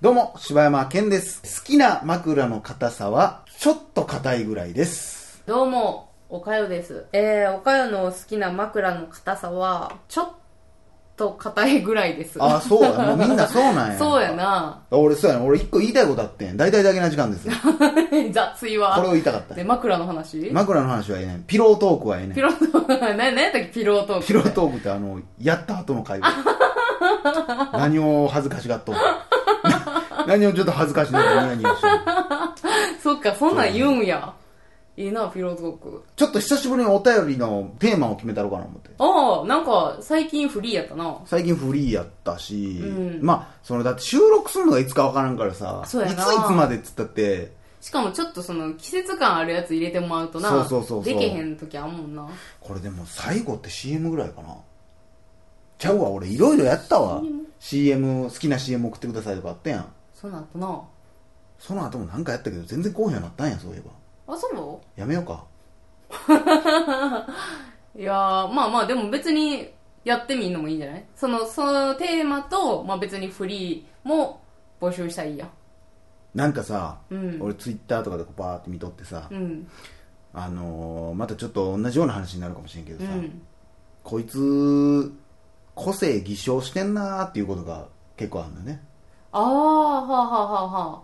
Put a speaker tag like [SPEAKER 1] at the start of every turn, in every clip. [SPEAKER 1] どうも、柴山健です。好きな枕の硬さは、ちょっと硬いぐらいです。
[SPEAKER 2] どうも、おかよです。えー、おかよの好きな枕の硬さは、ちょっと硬いぐらいです。
[SPEAKER 1] ああ、そうや。もうみんなそうなんや。
[SPEAKER 2] そうや。な。
[SPEAKER 1] 俺、そうやな。俺、一個言いたいことあってん。大体だけな時間 ですよ。こ
[SPEAKER 2] 雑い
[SPEAKER 1] れを
[SPEAKER 2] は。
[SPEAKER 1] 言いたかったん
[SPEAKER 2] で、
[SPEAKER 1] や。
[SPEAKER 2] 枕の話、
[SPEAKER 1] 枕の話はええねん。ピロートークはええねん
[SPEAKER 2] ピ。ロート ーク、な、なんやったっけピロートーク。
[SPEAKER 1] ピロートークって、あの、やった後の会話。 何を恥ずかしがっとんの 何をちょっと恥ずかしながらニヤニヤしてんの
[SPEAKER 2] そっか、そんなん言うんや。いいな、ピロートーク。
[SPEAKER 1] ちょっと久しぶりにお便りのテーマを決めたろうかな思って。
[SPEAKER 2] ああ、なんか、最近フリーやったな。
[SPEAKER 1] 最近フリーやったし、
[SPEAKER 2] うん
[SPEAKER 1] まあ、その、だって収録するのがいつかわからんからさ、いつ
[SPEAKER 2] そう
[SPEAKER 1] い
[SPEAKER 2] や
[SPEAKER 1] つ
[SPEAKER 2] な
[SPEAKER 1] までっつったって、
[SPEAKER 2] しかもちょっとその、季節感あるやつ入れてもらうとな。
[SPEAKER 1] そうそうそうそう
[SPEAKER 2] でけへん時あんもんな。
[SPEAKER 1] これでも最後って CM ぐらいかな。ちゃうわ、俺いろいろやったわ。CM、好きな CM 送ってくださいとかあったやん。
[SPEAKER 2] そうなんあったな。
[SPEAKER 1] その後もなんかやったけど、全然好評になったんや、そういえば。
[SPEAKER 2] あ、そう
[SPEAKER 1] やめようか。
[SPEAKER 2] いやー、まあまあ、でも別にやってみんのもいいんじゃないその、そのテーマと、まあ別にフリーも募集したらいいや。
[SPEAKER 1] なんかさ、
[SPEAKER 2] うん
[SPEAKER 1] 俺ツイッターとかでこうバーって見とってさ、
[SPEAKER 2] うん。
[SPEAKER 1] あのーまたちょっと同じような話になるかもしれんけど
[SPEAKER 2] う
[SPEAKER 1] さ、
[SPEAKER 2] ん。
[SPEAKER 1] こいつ、個性偽証してんなーっていうことが結構あるんだよね。
[SPEAKER 2] あー、はあはあはあは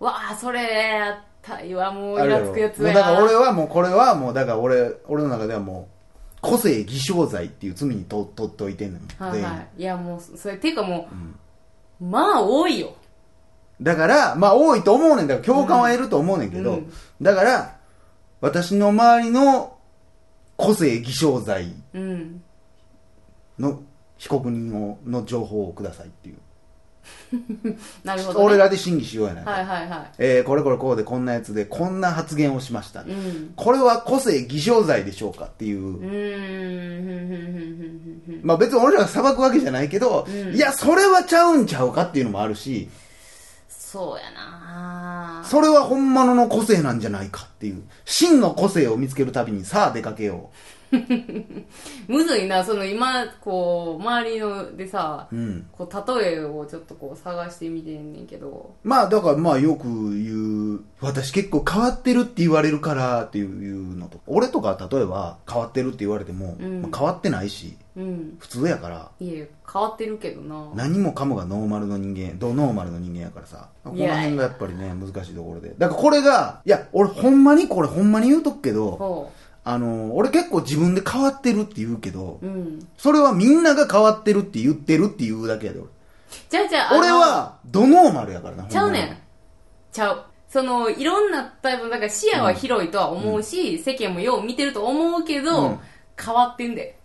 [SPEAKER 2] あ。わあ、それ、やったいわ、もうイラつくやつ
[SPEAKER 1] も
[SPEAKER 2] や
[SPEAKER 1] うだから俺はもうこれはもうだから俺俺の中ではもう個性偽証罪っていう罪にととっておいてんのよ、
[SPEAKER 2] はい
[SPEAKER 1] 全員
[SPEAKER 2] はい。いや、もう、それ、ていうかもう、まあ多いよ。
[SPEAKER 1] だからまあ多いと思うねんだから共感は得ると思うねんけど、
[SPEAKER 2] うん
[SPEAKER 1] だから私の周りの個性偽証罪
[SPEAKER 2] うん。
[SPEAKER 1] の被告人をの情報をくださいっていう、
[SPEAKER 2] なるほど、ね。
[SPEAKER 1] 俺らで審議しようやないか、
[SPEAKER 2] はいはいは
[SPEAKER 1] えーこれこれこうでこんなやつでこんな発言をしました、
[SPEAKER 2] い。うん。
[SPEAKER 1] これは個性偽証罪でしょうかっていう、
[SPEAKER 2] うーん、ふんふんふんふんふんふん。
[SPEAKER 1] まあ別に俺らが裁くわけじゃないけど、
[SPEAKER 2] うん
[SPEAKER 1] いや、それはちゃうんちゃうかっていうのもあるし、
[SPEAKER 2] そうやな
[SPEAKER 1] それは本物の個性なんじゃないかっていう、真の個性を見つけるたびに、さあ出かけよ
[SPEAKER 2] むずいな、その今、こう、周りのでさ、
[SPEAKER 1] う。うん。
[SPEAKER 2] こう、例えをちょっとこう探してみてんねんけど、
[SPEAKER 1] まあだからまあよく言う、私結構変わってるって言われるからっていうのと、俺とか例えば変わってるって言われても、
[SPEAKER 2] うん
[SPEAKER 1] まあ変わってないし、
[SPEAKER 2] うん。
[SPEAKER 1] 普通やから、
[SPEAKER 2] いや、変わってるけどな。
[SPEAKER 1] 何もかもがノーマルの人間、ドノーマルの人間やからさ。こ
[SPEAKER 2] いや
[SPEAKER 1] の辺がやっぱりね、難しいところで。だからこれが、いや、俺ほんまにこれほんまに言うとくけど、
[SPEAKER 2] ほ
[SPEAKER 1] あの、俺結構自分で変わってるって言うけど
[SPEAKER 2] う。、うん。
[SPEAKER 1] それはみんなが変わってるって言ってるっていうだけやで、
[SPEAKER 2] じゃあじゃあ、あ
[SPEAKER 1] 俺。
[SPEAKER 2] の
[SPEAKER 1] 俺、は、ドノーマルやからな、
[SPEAKER 2] ちゃうね
[SPEAKER 1] ほんま
[SPEAKER 2] ん
[SPEAKER 1] に。。
[SPEAKER 2] ちゃう。その、いろんなタイプ、だから視野は広いとは思うし、世間もよう見てると思うけ
[SPEAKER 1] う
[SPEAKER 2] ど、
[SPEAKER 1] ん
[SPEAKER 2] 変わってんで。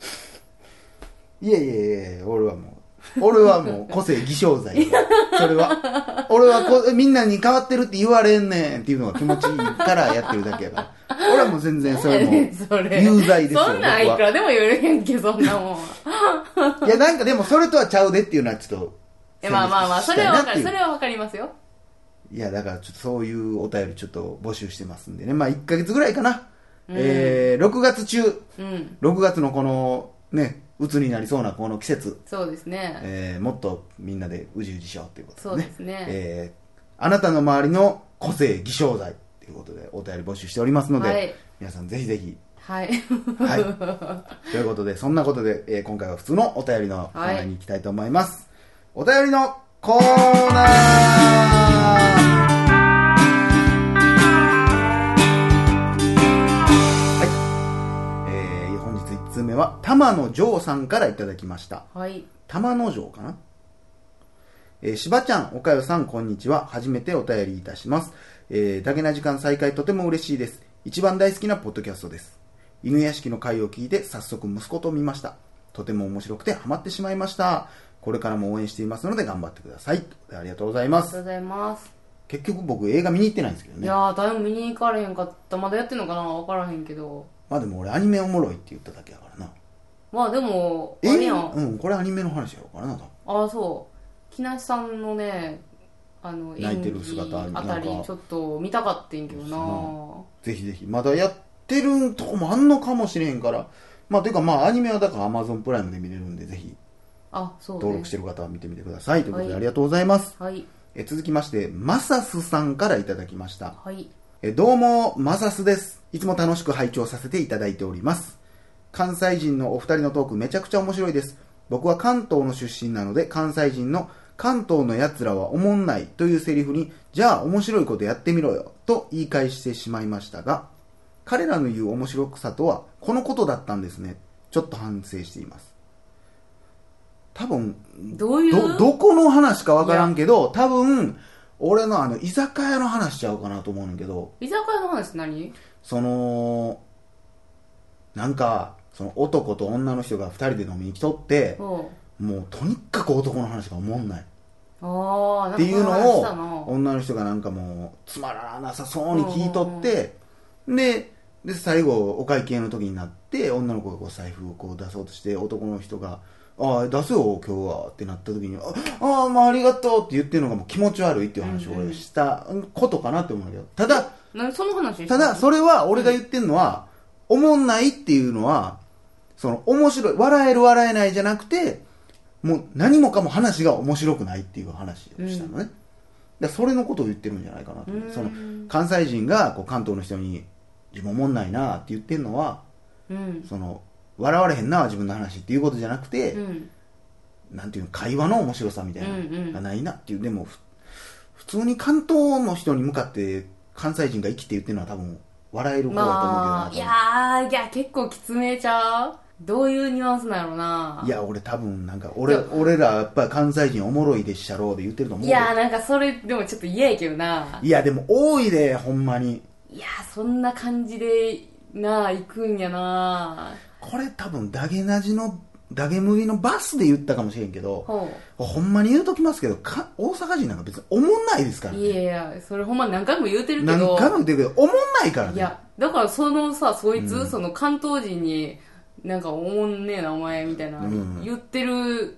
[SPEAKER 1] いやいやいやいや、俺はもう、俺はもう個性偽証罪やから。それは。俺はこみんなに変わってるって言われんねんっていうのが気持ちいいからやってるだけやから。俺はもう全然それも
[SPEAKER 2] それ
[SPEAKER 1] 有罪ですよ。
[SPEAKER 2] そんなんいく
[SPEAKER 1] 僕は
[SPEAKER 2] らでも言えるやんけ、そん なもんは。
[SPEAKER 1] いや、なんかでもそれとはちゃうでっていうのはちょっと。
[SPEAKER 2] えまあまあまあ、それはわかる。
[SPEAKER 1] 宣伝したいなっていう
[SPEAKER 2] それはわかりますよ。
[SPEAKER 1] いや、だからちょっとそういうお便りちょっと募集してますんでね。まあ1ヶ月ぐらいかな。えー、6月中、
[SPEAKER 2] うん。
[SPEAKER 1] 6月のこのね、鬱になりそうなこの季節、
[SPEAKER 2] そうですね。
[SPEAKER 1] えー、もっとみんなでうじうじしようということ
[SPEAKER 2] そう
[SPEAKER 1] でね。
[SPEAKER 2] ですね。
[SPEAKER 1] えー、あなたの周りの個性偽証罪ということでお便り募集しておりますので、
[SPEAKER 2] はい
[SPEAKER 1] 皆さんぜひぜひ。
[SPEAKER 2] はい。
[SPEAKER 1] はい。 ということで、そんなことで、えー今回は普通のお便りのコーナーに行きたいと思います。お便りのコーナーはいえー本日1通目は玉野城さんからいただきました
[SPEAKER 2] はい。
[SPEAKER 1] 玉野城かなえー、しばちゃん、おかよさん、こんにちは。初めてお便りいたします。えー、だけな時間再開とても嬉しいです。一番大好きなポッドキャストです。犬屋敷の回を聞いて、早速息子と見ました。とても面白くてハマってしまいました。これからも応援していますので頑張ってください。ありがとうございま
[SPEAKER 2] ありがと
[SPEAKER 1] す。
[SPEAKER 2] うございます。
[SPEAKER 1] 結局僕映画見に行ってないんですけど
[SPEAKER 2] い
[SPEAKER 1] ね。
[SPEAKER 2] やー、誰も見に行かれへんかった。まだやってんのかなわからへんけど。
[SPEAKER 1] まあでも俺アニメおもろいって言っただけだからな。
[SPEAKER 2] まあでも、あ
[SPEAKER 1] え
[SPEAKER 2] れやん。
[SPEAKER 1] うん、これアニメの話やろうからな、多分
[SPEAKER 2] ああ、そう。木梨さんのね、あの、
[SPEAKER 1] 泣いてる姿
[SPEAKER 2] 演技あたり
[SPEAKER 1] なんか、
[SPEAKER 2] ちょっと見たかってんけどな
[SPEAKER 1] そうぜひぜひ、まだやってるんとこもあんのかもしれへんから、まあ、というか、まあ、アニメはだから Amazon プライムで見れるんで、ぜひ、
[SPEAKER 2] あ、そう、ね。
[SPEAKER 1] 登録してる方は見てみてください。ということで、
[SPEAKER 2] はい
[SPEAKER 1] ありがとうございます。
[SPEAKER 2] はい。
[SPEAKER 1] え続きまして、マサスさんからいただきました。
[SPEAKER 2] はい。
[SPEAKER 1] えどうも、マサスです。いつも楽しく拝聴させていただいております。関西人のお二人のトークめちゃくちゃ面白いです。僕は関東の出身なので、関西人の関東の奴らはおもんないというセリフに、じゃあ面白いことやってみろよと言い返してしまいましたが、彼らの言う面白さとはこのことだったんですね。ちょっと反省しています。多分、
[SPEAKER 2] どういう
[SPEAKER 1] ど、どこの話かわからんけど、多分、俺のあの、居酒屋の話しちゃうかなと思うんだけど、
[SPEAKER 2] 居酒屋の話何
[SPEAKER 1] その、なんか、その男と女の人が二人で飲みに来とって、
[SPEAKER 2] そ
[SPEAKER 1] もうとにかく男の話が思んない。
[SPEAKER 2] う。ああ、なん
[SPEAKER 1] っ
[SPEAKER 2] か
[SPEAKER 1] ていうの
[SPEAKER 2] そんな話したな
[SPEAKER 1] を、女の人がなんかもう、つまらなさそうに聞いとって、で、で、最後、お会計の時になって、女の子がこう財布をこう出そうとして、男の人が、ああ、出すよ、今日は、ってなった時に、ああー、まあありがとうって言ってるのがもう気持ち悪いっていう話を
[SPEAKER 2] うんう
[SPEAKER 1] 俺
[SPEAKER 2] ん
[SPEAKER 1] したことかなって思うんだけど、ただ、
[SPEAKER 2] 何その話
[SPEAKER 1] ただ、それは俺が言ってるのは、おもんないっていうのは、その、面白い、笑える笑えないじゃなくて、もう何もかも話が面白くないっていう話をしたのね。だからそれのことを言ってるんじゃないかなと思う
[SPEAKER 2] うん
[SPEAKER 1] その、関西人がこう関東の人に、自分おもんないなって言ってるのは、
[SPEAKER 2] うん。
[SPEAKER 1] その、笑われへんな自分の話っていうことじゃなくて、
[SPEAKER 2] うん。
[SPEAKER 1] なんていうの、会話の面白さみたいな、
[SPEAKER 2] うんうん
[SPEAKER 1] がないなっていう、でも、ふ普通に関東の人に向かって、関西人が生きて言ってるのは多分、笑える方だと思うけどな、
[SPEAKER 2] ま
[SPEAKER 1] 多
[SPEAKER 2] あ、い
[SPEAKER 1] 分
[SPEAKER 2] やー、いや、結構きつめちゃうどういうニュアンスなんやろないい
[SPEAKER 1] や、俺多分、なんか、俺、
[SPEAKER 2] いや
[SPEAKER 1] 俺ら、やっぱり関西人おもろいでっしゃろうで言ってると思う
[SPEAKER 2] い
[SPEAKER 1] けど。
[SPEAKER 2] やー、なんかそれ、でもちょっと嫌やけどない
[SPEAKER 1] や、でも多いで、ほんまに。
[SPEAKER 2] いやー、そんな感じで、なあ、行くんやな
[SPEAKER 1] これ多分、ダゲなじの、ダゲ麦のバスで言ったかもしれんけど、
[SPEAKER 2] ほ
[SPEAKER 1] ほんまに言うときますけど、か大阪人なんか別におもんないですから
[SPEAKER 2] う。いや
[SPEAKER 1] ね。
[SPEAKER 2] いや、それほんま何回も言うてるけど。
[SPEAKER 1] 何回も言ってるけど、おもんないから
[SPEAKER 2] い
[SPEAKER 1] ね。
[SPEAKER 2] や、だからそのさ、そいつ、
[SPEAKER 1] うん
[SPEAKER 2] その関東人に、なんかおもんねえな、お前、みたいな、
[SPEAKER 1] うん
[SPEAKER 2] 言ってる、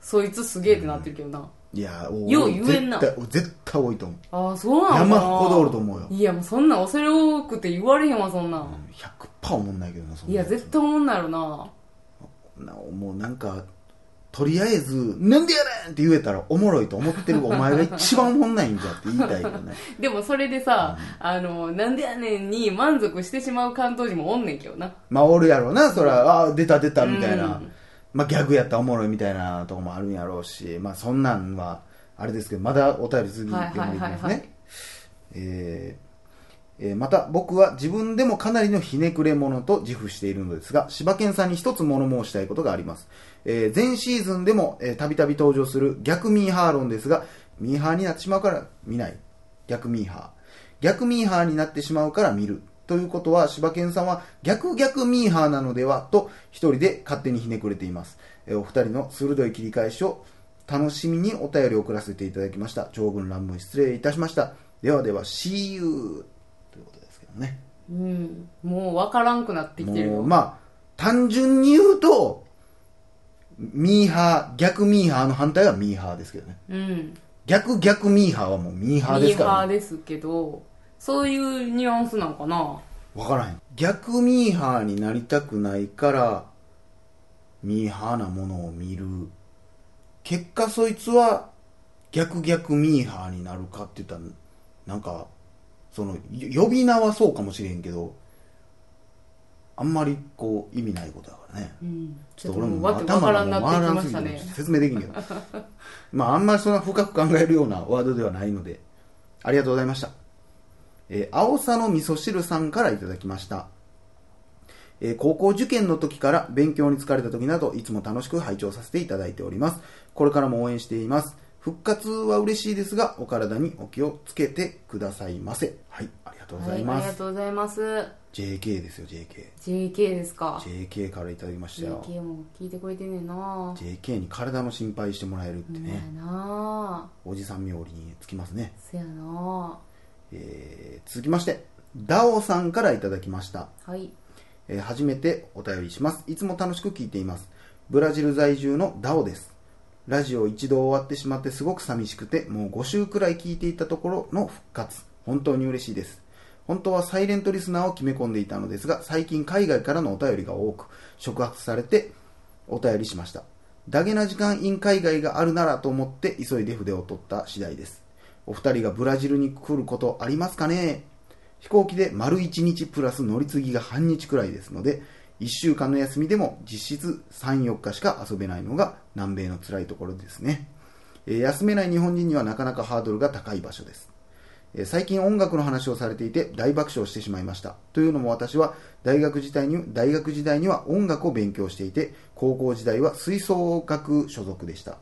[SPEAKER 2] そいつすげえってなってるけどな。
[SPEAKER 1] いや、多い
[SPEAKER 2] よう言えんな
[SPEAKER 1] 絶対、絶対多いと思う。
[SPEAKER 2] ああ、そうなのかな
[SPEAKER 1] 山ほどおると思うよ。
[SPEAKER 2] いや、もうそんなん恐れ多くて言われへんわ、そんな
[SPEAKER 1] うん
[SPEAKER 2] ん。
[SPEAKER 1] 100%おもんないけどな、そんない
[SPEAKER 2] や、絶対おもんないやろな。
[SPEAKER 1] なもうなんか、とりあえず、なんでやねんって言えたらおもろいと思ってるお前が一番おもんないんじゃって言いたいよね。
[SPEAKER 2] でもそれでさ、あの、なんでやねんに満足してしまう関東人もおんねんけどな。
[SPEAKER 1] まあおるやろな、そら、ああー、出た出たみたいな。
[SPEAKER 2] うん
[SPEAKER 1] まあギャグやったらおもろいみたいなとこもあるんやろうし、まあそんなんは、あれですけど、まだお便り続き読んでいきます
[SPEAKER 2] はいはいはいは
[SPEAKER 1] ね。えーえーまた僕は自分でもかなりのひねくれ者と自負しているのですが、柴犬さんに一つ物申したいことがあります。えー前シーズンでもえーたびたび登場する逆ミーハー論ですが、ミーハーになってしまうから見ない。逆ミーハー。逆ミーハーになってしまうから見る。ということは、柴犬さんは逆逆ミーハーなのではと一人で勝手にひねくれています。えーお二人の鋭い切り返しを楽しみにお便りを送らせていただきました。長文乱文失礼いたしました。ではでは、See you! ということですけどね。
[SPEAKER 2] うん。もう分からんくなってきてる
[SPEAKER 1] もう
[SPEAKER 2] よ。
[SPEAKER 1] まあ、単純に言うと、ミーハー、逆ミーハーの反対はミーハーですけどね。
[SPEAKER 2] うん。
[SPEAKER 1] 逆逆ミーハーはもうミーハーで
[SPEAKER 2] ミ
[SPEAKER 1] す
[SPEAKER 2] ーハ
[SPEAKER 1] から、
[SPEAKER 2] ー
[SPEAKER 1] ね。
[SPEAKER 2] ですけど、そういうニュアンスなんかな。
[SPEAKER 1] わからへん。逆ミーハーになりたくないから、ミーハーなものを見る。結果そいつは、逆逆ミーハーになるかって言ったら、なんか、その、よ呼び名はそうかもしれんけど、あんまりこう、意味ないことだからね。
[SPEAKER 2] うん。ち
[SPEAKER 1] ち
[SPEAKER 2] ょ
[SPEAKER 1] ょ
[SPEAKER 2] っ
[SPEAKER 1] っ
[SPEAKER 2] と
[SPEAKER 1] と
[SPEAKER 2] も
[SPEAKER 1] 俺
[SPEAKER 2] う
[SPEAKER 1] も
[SPEAKER 2] わけ分
[SPEAKER 1] 頭
[SPEAKER 2] から
[SPEAKER 1] が
[SPEAKER 2] ん
[SPEAKER 1] も
[SPEAKER 2] な
[SPEAKER 1] う回
[SPEAKER 2] ってき
[SPEAKER 1] ら
[SPEAKER 2] ま
[SPEAKER 1] んす
[SPEAKER 2] し
[SPEAKER 1] ぎ
[SPEAKER 2] た
[SPEAKER 1] て
[SPEAKER 2] ね。
[SPEAKER 1] 説明でき んけどまああんまりそんな深く考えるようなワードではないのでありがとうございましたえー、青さの味噌汁さんからいただきました、えー高校受験の時から勉強に疲れた時などいつも楽しく拝聴させていただいておりますこれからも応援しています復活は嬉しいですがお体にお気をつけてくださいませはいありがとうござい
[SPEAKER 2] はい、あ
[SPEAKER 1] ま
[SPEAKER 2] りが
[SPEAKER 1] す、
[SPEAKER 2] とうございます。
[SPEAKER 1] JK ですよ JKJK
[SPEAKER 2] JK ですか。
[SPEAKER 1] からいただきましたよ
[SPEAKER 2] JK も聞いてくれてんねんな。
[SPEAKER 1] JK に体の心配してもらえるっ
[SPEAKER 2] ほ
[SPEAKER 1] て
[SPEAKER 2] んま
[SPEAKER 1] ね
[SPEAKER 2] や、な
[SPEAKER 1] おじさん冥利につきますね、
[SPEAKER 2] そやな
[SPEAKER 1] えー続きましてダオさんからいただきました、
[SPEAKER 2] はい。
[SPEAKER 1] えー初めてお便りしますいつも楽しく聞いていますブラジル在住のダオですラジオ一度終わってしまってすごく寂しくてもう5週くらい聞いていたところの復活本当に嬉しいです本当はサイレントリスナーを決め込んでいたのですが、最近海外からのお便りが多く、触発されてお便りしました。ダゲな時間 in 海外があるならと思って急いで筆を取った次第です。お二人がブラジルに来ることありますかね飛行機で丸1日プラス乗り継ぎが半日くらいですので、1週間の休みでも実質3、4日しか遊べないのが南米の辛いところですね。えー休めない日本人にはなかなかハードルが高い場所です。えー最近音楽の話をされていて大爆笑してしまいました。というのも私は大学時代に大学時代には音楽を勉強していて、高校時代は吹奏楽所属でした。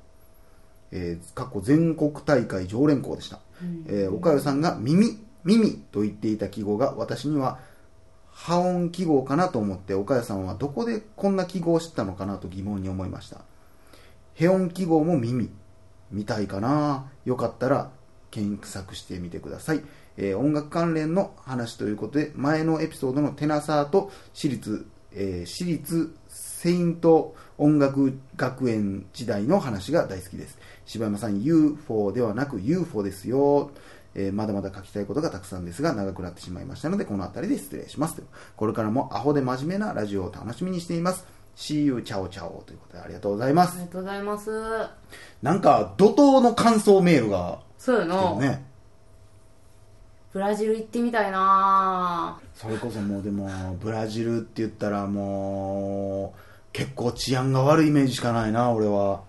[SPEAKER 1] えー、過去全国大会常連校でした。えー、岡代さんが耳、耳と言っていた記号が私には破音記号かなと思って岡谷さんはどこでこんな記号を知ったのかなと疑問に思いましたヘ音記号も耳見たいかなよかったら検索してみてください、えー音楽関連の話ということで前のエピソードのテナサーと私立、えー私立セイント音楽学園時代の話が大好きです柴山さん UFO ではなく UFO ですよえーまだまだ書きたいことがたくさんですが、長くなってしまいましたので、この辺りで失礼します。これからもアホで真面目なラジオを楽しみにしています。See you, チャオチャオということでありがとうございま
[SPEAKER 2] あ
[SPEAKER 1] す
[SPEAKER 2] り。がとうございます。
[SPEAKER 1] なんか、怒涛の感想メールが
[SPEAKER 2] そうや
[SPEAKER 1] 来て
[SPEAKER 2] な、
[SPEAKER 1] るね。
[SPEAKER 2] ブラジル行ってみたいな
[SPEAKER 1] それこそもうでも、ブラジルって言ったらもう、結構治安が悪いイメージしかないな、俺は。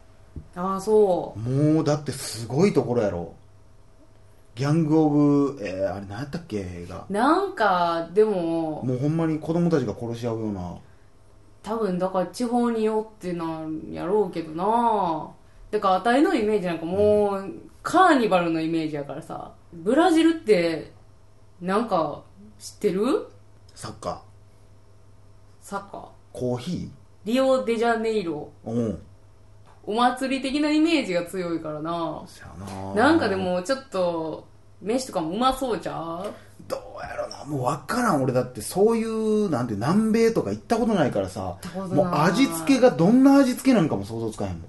[SPEAKER 2] ああ、そう。
[SPEAKER 1] もう、だってすごいところやろ。ギャング・オブ、えーあれ何やったっけ、映画。
[SPEAKER 2] なんか、でも、
[SPEAKER 1] もうほんまに子供たちが殺し合うような。
[SPEAKER 2] 多分、だから地方によってなんやろうけどなだから、あたいのイメージなんかもう、カーニバルのイメージやからさ。ブラジルって、なんか、知ってる
[SPEAKER 1] サッカー。
[SPEAKER 2] サッカー。
[SPEAKER 1] コーヒー
[SPEAKER 2] リオデジャネイロ。
[SPEAKER 1] うん。
[SPEAKER 2] お祭り的なイメージが強いからな
[SPEAKER 1] そやな
[SPEAKER 2] なんかで。も、ちょっと、飯とかもうまそうじゃん
[SPEAKER 1] どうやろな。もうわからん。俺だってそういう、なんて南米とか行ったことないからさ
[SPEAKER 2] たことな。い
[SPEAKER 1] もう味付けがどんな味付けなんかも想像つかへんもん。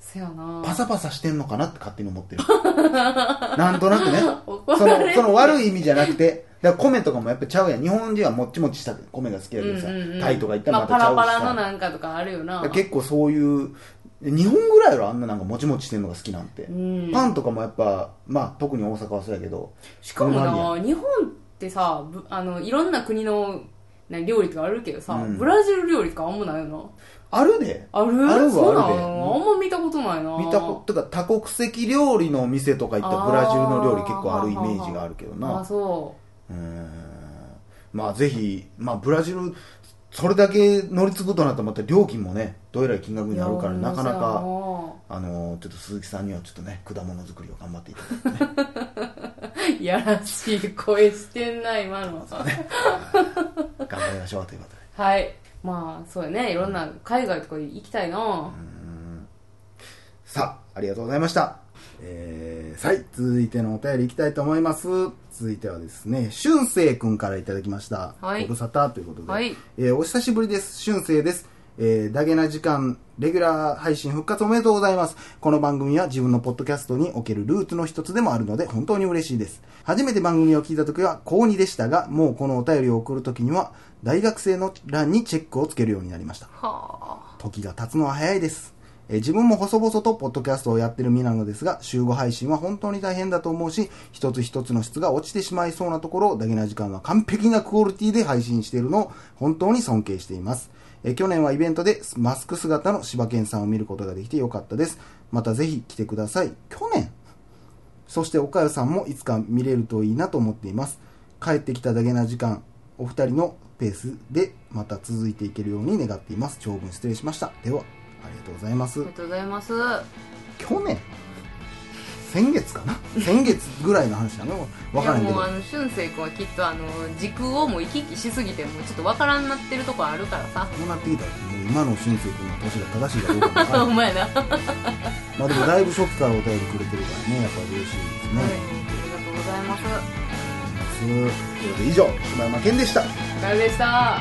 [SPEAKER 2] せやな
[SPEAKER 1] パサパサしてんのかなって勝手に思ってる。 なんとなくね。
[SPEAKER 2] 怒ら
[SPEAKER 1] そ
[SPEAKER 2] れ
[SPEAKER 1] の、
[SPEAKER 2] る
[SPEAKER 1] その悪い意味じゃなくて。だから米とかもやっぱちゃうやん。日本人はもっちもちした米が好きやけどさ。タイとか行ったら
[SPEAKER 2] ま
[SPEAKER 1] ま
[SPEAKER 2] あ、
[SPEAKER 1] たち
[SPEAKER 2] パ
[SPEAKER 1] ゃう
[SPEAKER 2] ラ
[SPEAKER 1] し
[SPEAKER 2] パ
[SPEAKER 1] さ。
[SPEAKER 2] ラのなんかとかあるよな
[SPEAKER 1] だから結構そういう日本ぐらいやろあんななんかもちもちしてんのが好きなんて、
[SPEAKER 2] ん
[SPEAKER 1] パンとかもやっぱまあ特に大阪はそうやけど
[SPEAKER 2] しかも
[SPEAKER 1] うまいやん
[SPEAKER 2] な日本ってさぶあのいろんな国のな料理とかあるけどさ、
[SPEAKER 1] うん
[SPEAKER 2] ブラジル料理とかあんまないよな
[SPEAKER 1] あるで
[SPEAKER 2] ある
[SPEAKER 1] ある
[SPEAKER 2] そうな
[SPEAKER 1] あるで
[SPEAKER 2] のあんま見たことないな
[SPEAKER 1] 見たことが多国籍料理のお店とか行ったらブラジルの料理結構あるイメージがあるけど
[SPEAKER 2] あ
[SPEAKER 1] な
[SPEAKER 2] そう
[SPEAKER 1] ーんまあぜひ、まあ、ブラジルそれだけ乗り継ぐとなったらまた料金もねどえらい金額
[SPEAKER 2] う
[SPEAKER 1] になるから
[SPEAKER 2] いや
[SPEAKER 1] なかなか
[SPEAKER 2] も
[SPEAKER 1] あのちょっと鈴木さんにはちょっとね果物作りを頑張っていただいて
[SPEAKER 2] うさいやらしい声してんな今の
[SPEAKER 1] 頑張りましょうということで
[SPEAKER 2] はいまあそうやねいろんな海外とか行きたいな、
[SPEAKER 1] さあ、ありがとうございました。
[SPEAKER 3] えー、はい、続いてのお便りいきたいと思います。続いてはですね、俊生くんからいただきました。
[SPEAKER 2] はい
[SPEAKER 3] ご無沙汰ということで。
[SPEAKER 2] はい
[SPEAKER 3] えーお久しぶりです。俊生です。えー、ダゲな時間、レギュラー配信復活おめでとうございます。この番組は自分のポッドキャストにおけるルーツの一つでもあるので、本当に嬉しいです。初めて番組を聞いた時は、高2でしたが、もうこのお便りを送る時には、大学生の欄にチェックをつけるようになりました。
[SPEAKER 2] は
[SPEAKER 3] 時が経つのは早いです。えー自分も細々とポッドキャストをやってる身なのですが、週5配信は本当に大変だと思うし、一つ一つの質が落ちてしまいそうなところを、ダゲな時間は完璧なクオリティで配信しているのを本当に尊敬しています。えー去年はイベントでマスク姿の柴犬さんを見ることができてよかったです。またぜひ来てください。去年そして岡代さんもいつか見れるといいなと思っています。帰ってきただけな時間、お二人のペースでまた続いていけるように願っています。長文失礼しました。では、ありがとうございます
[SPEAKER 2] あり。がとうございます
[SPEAKER 3] 去年先月かな先月ぐらいの話なのわからん
[SPEAKER 2] い
[SPEAKER 3] け
[SPEAKER 2] や
[SPEAKER 3] ど
[SPEAKER 2] もう。あの俊生君はきっとあの時空をもう行き来しすぎてもうちょっとわからんなってるとこあるからさ
[SPEAKER 3] こうなってきたら、もう今の俊生君の年が正しいかどうかもわから
[SPEAKER 2] お
[SPEAKER 3] ん
[SPEAKER 2] 前な、はい、ありがと
[SPEAKER 3] まあでもだいぶ初期からお便りくれてるからね、やっぱ嬉しいですね。
[SPEAKER 2] うございます
[SPEAKER 3] ということで以上、柴山健でした。
[SPEAKER 2] お疲れでした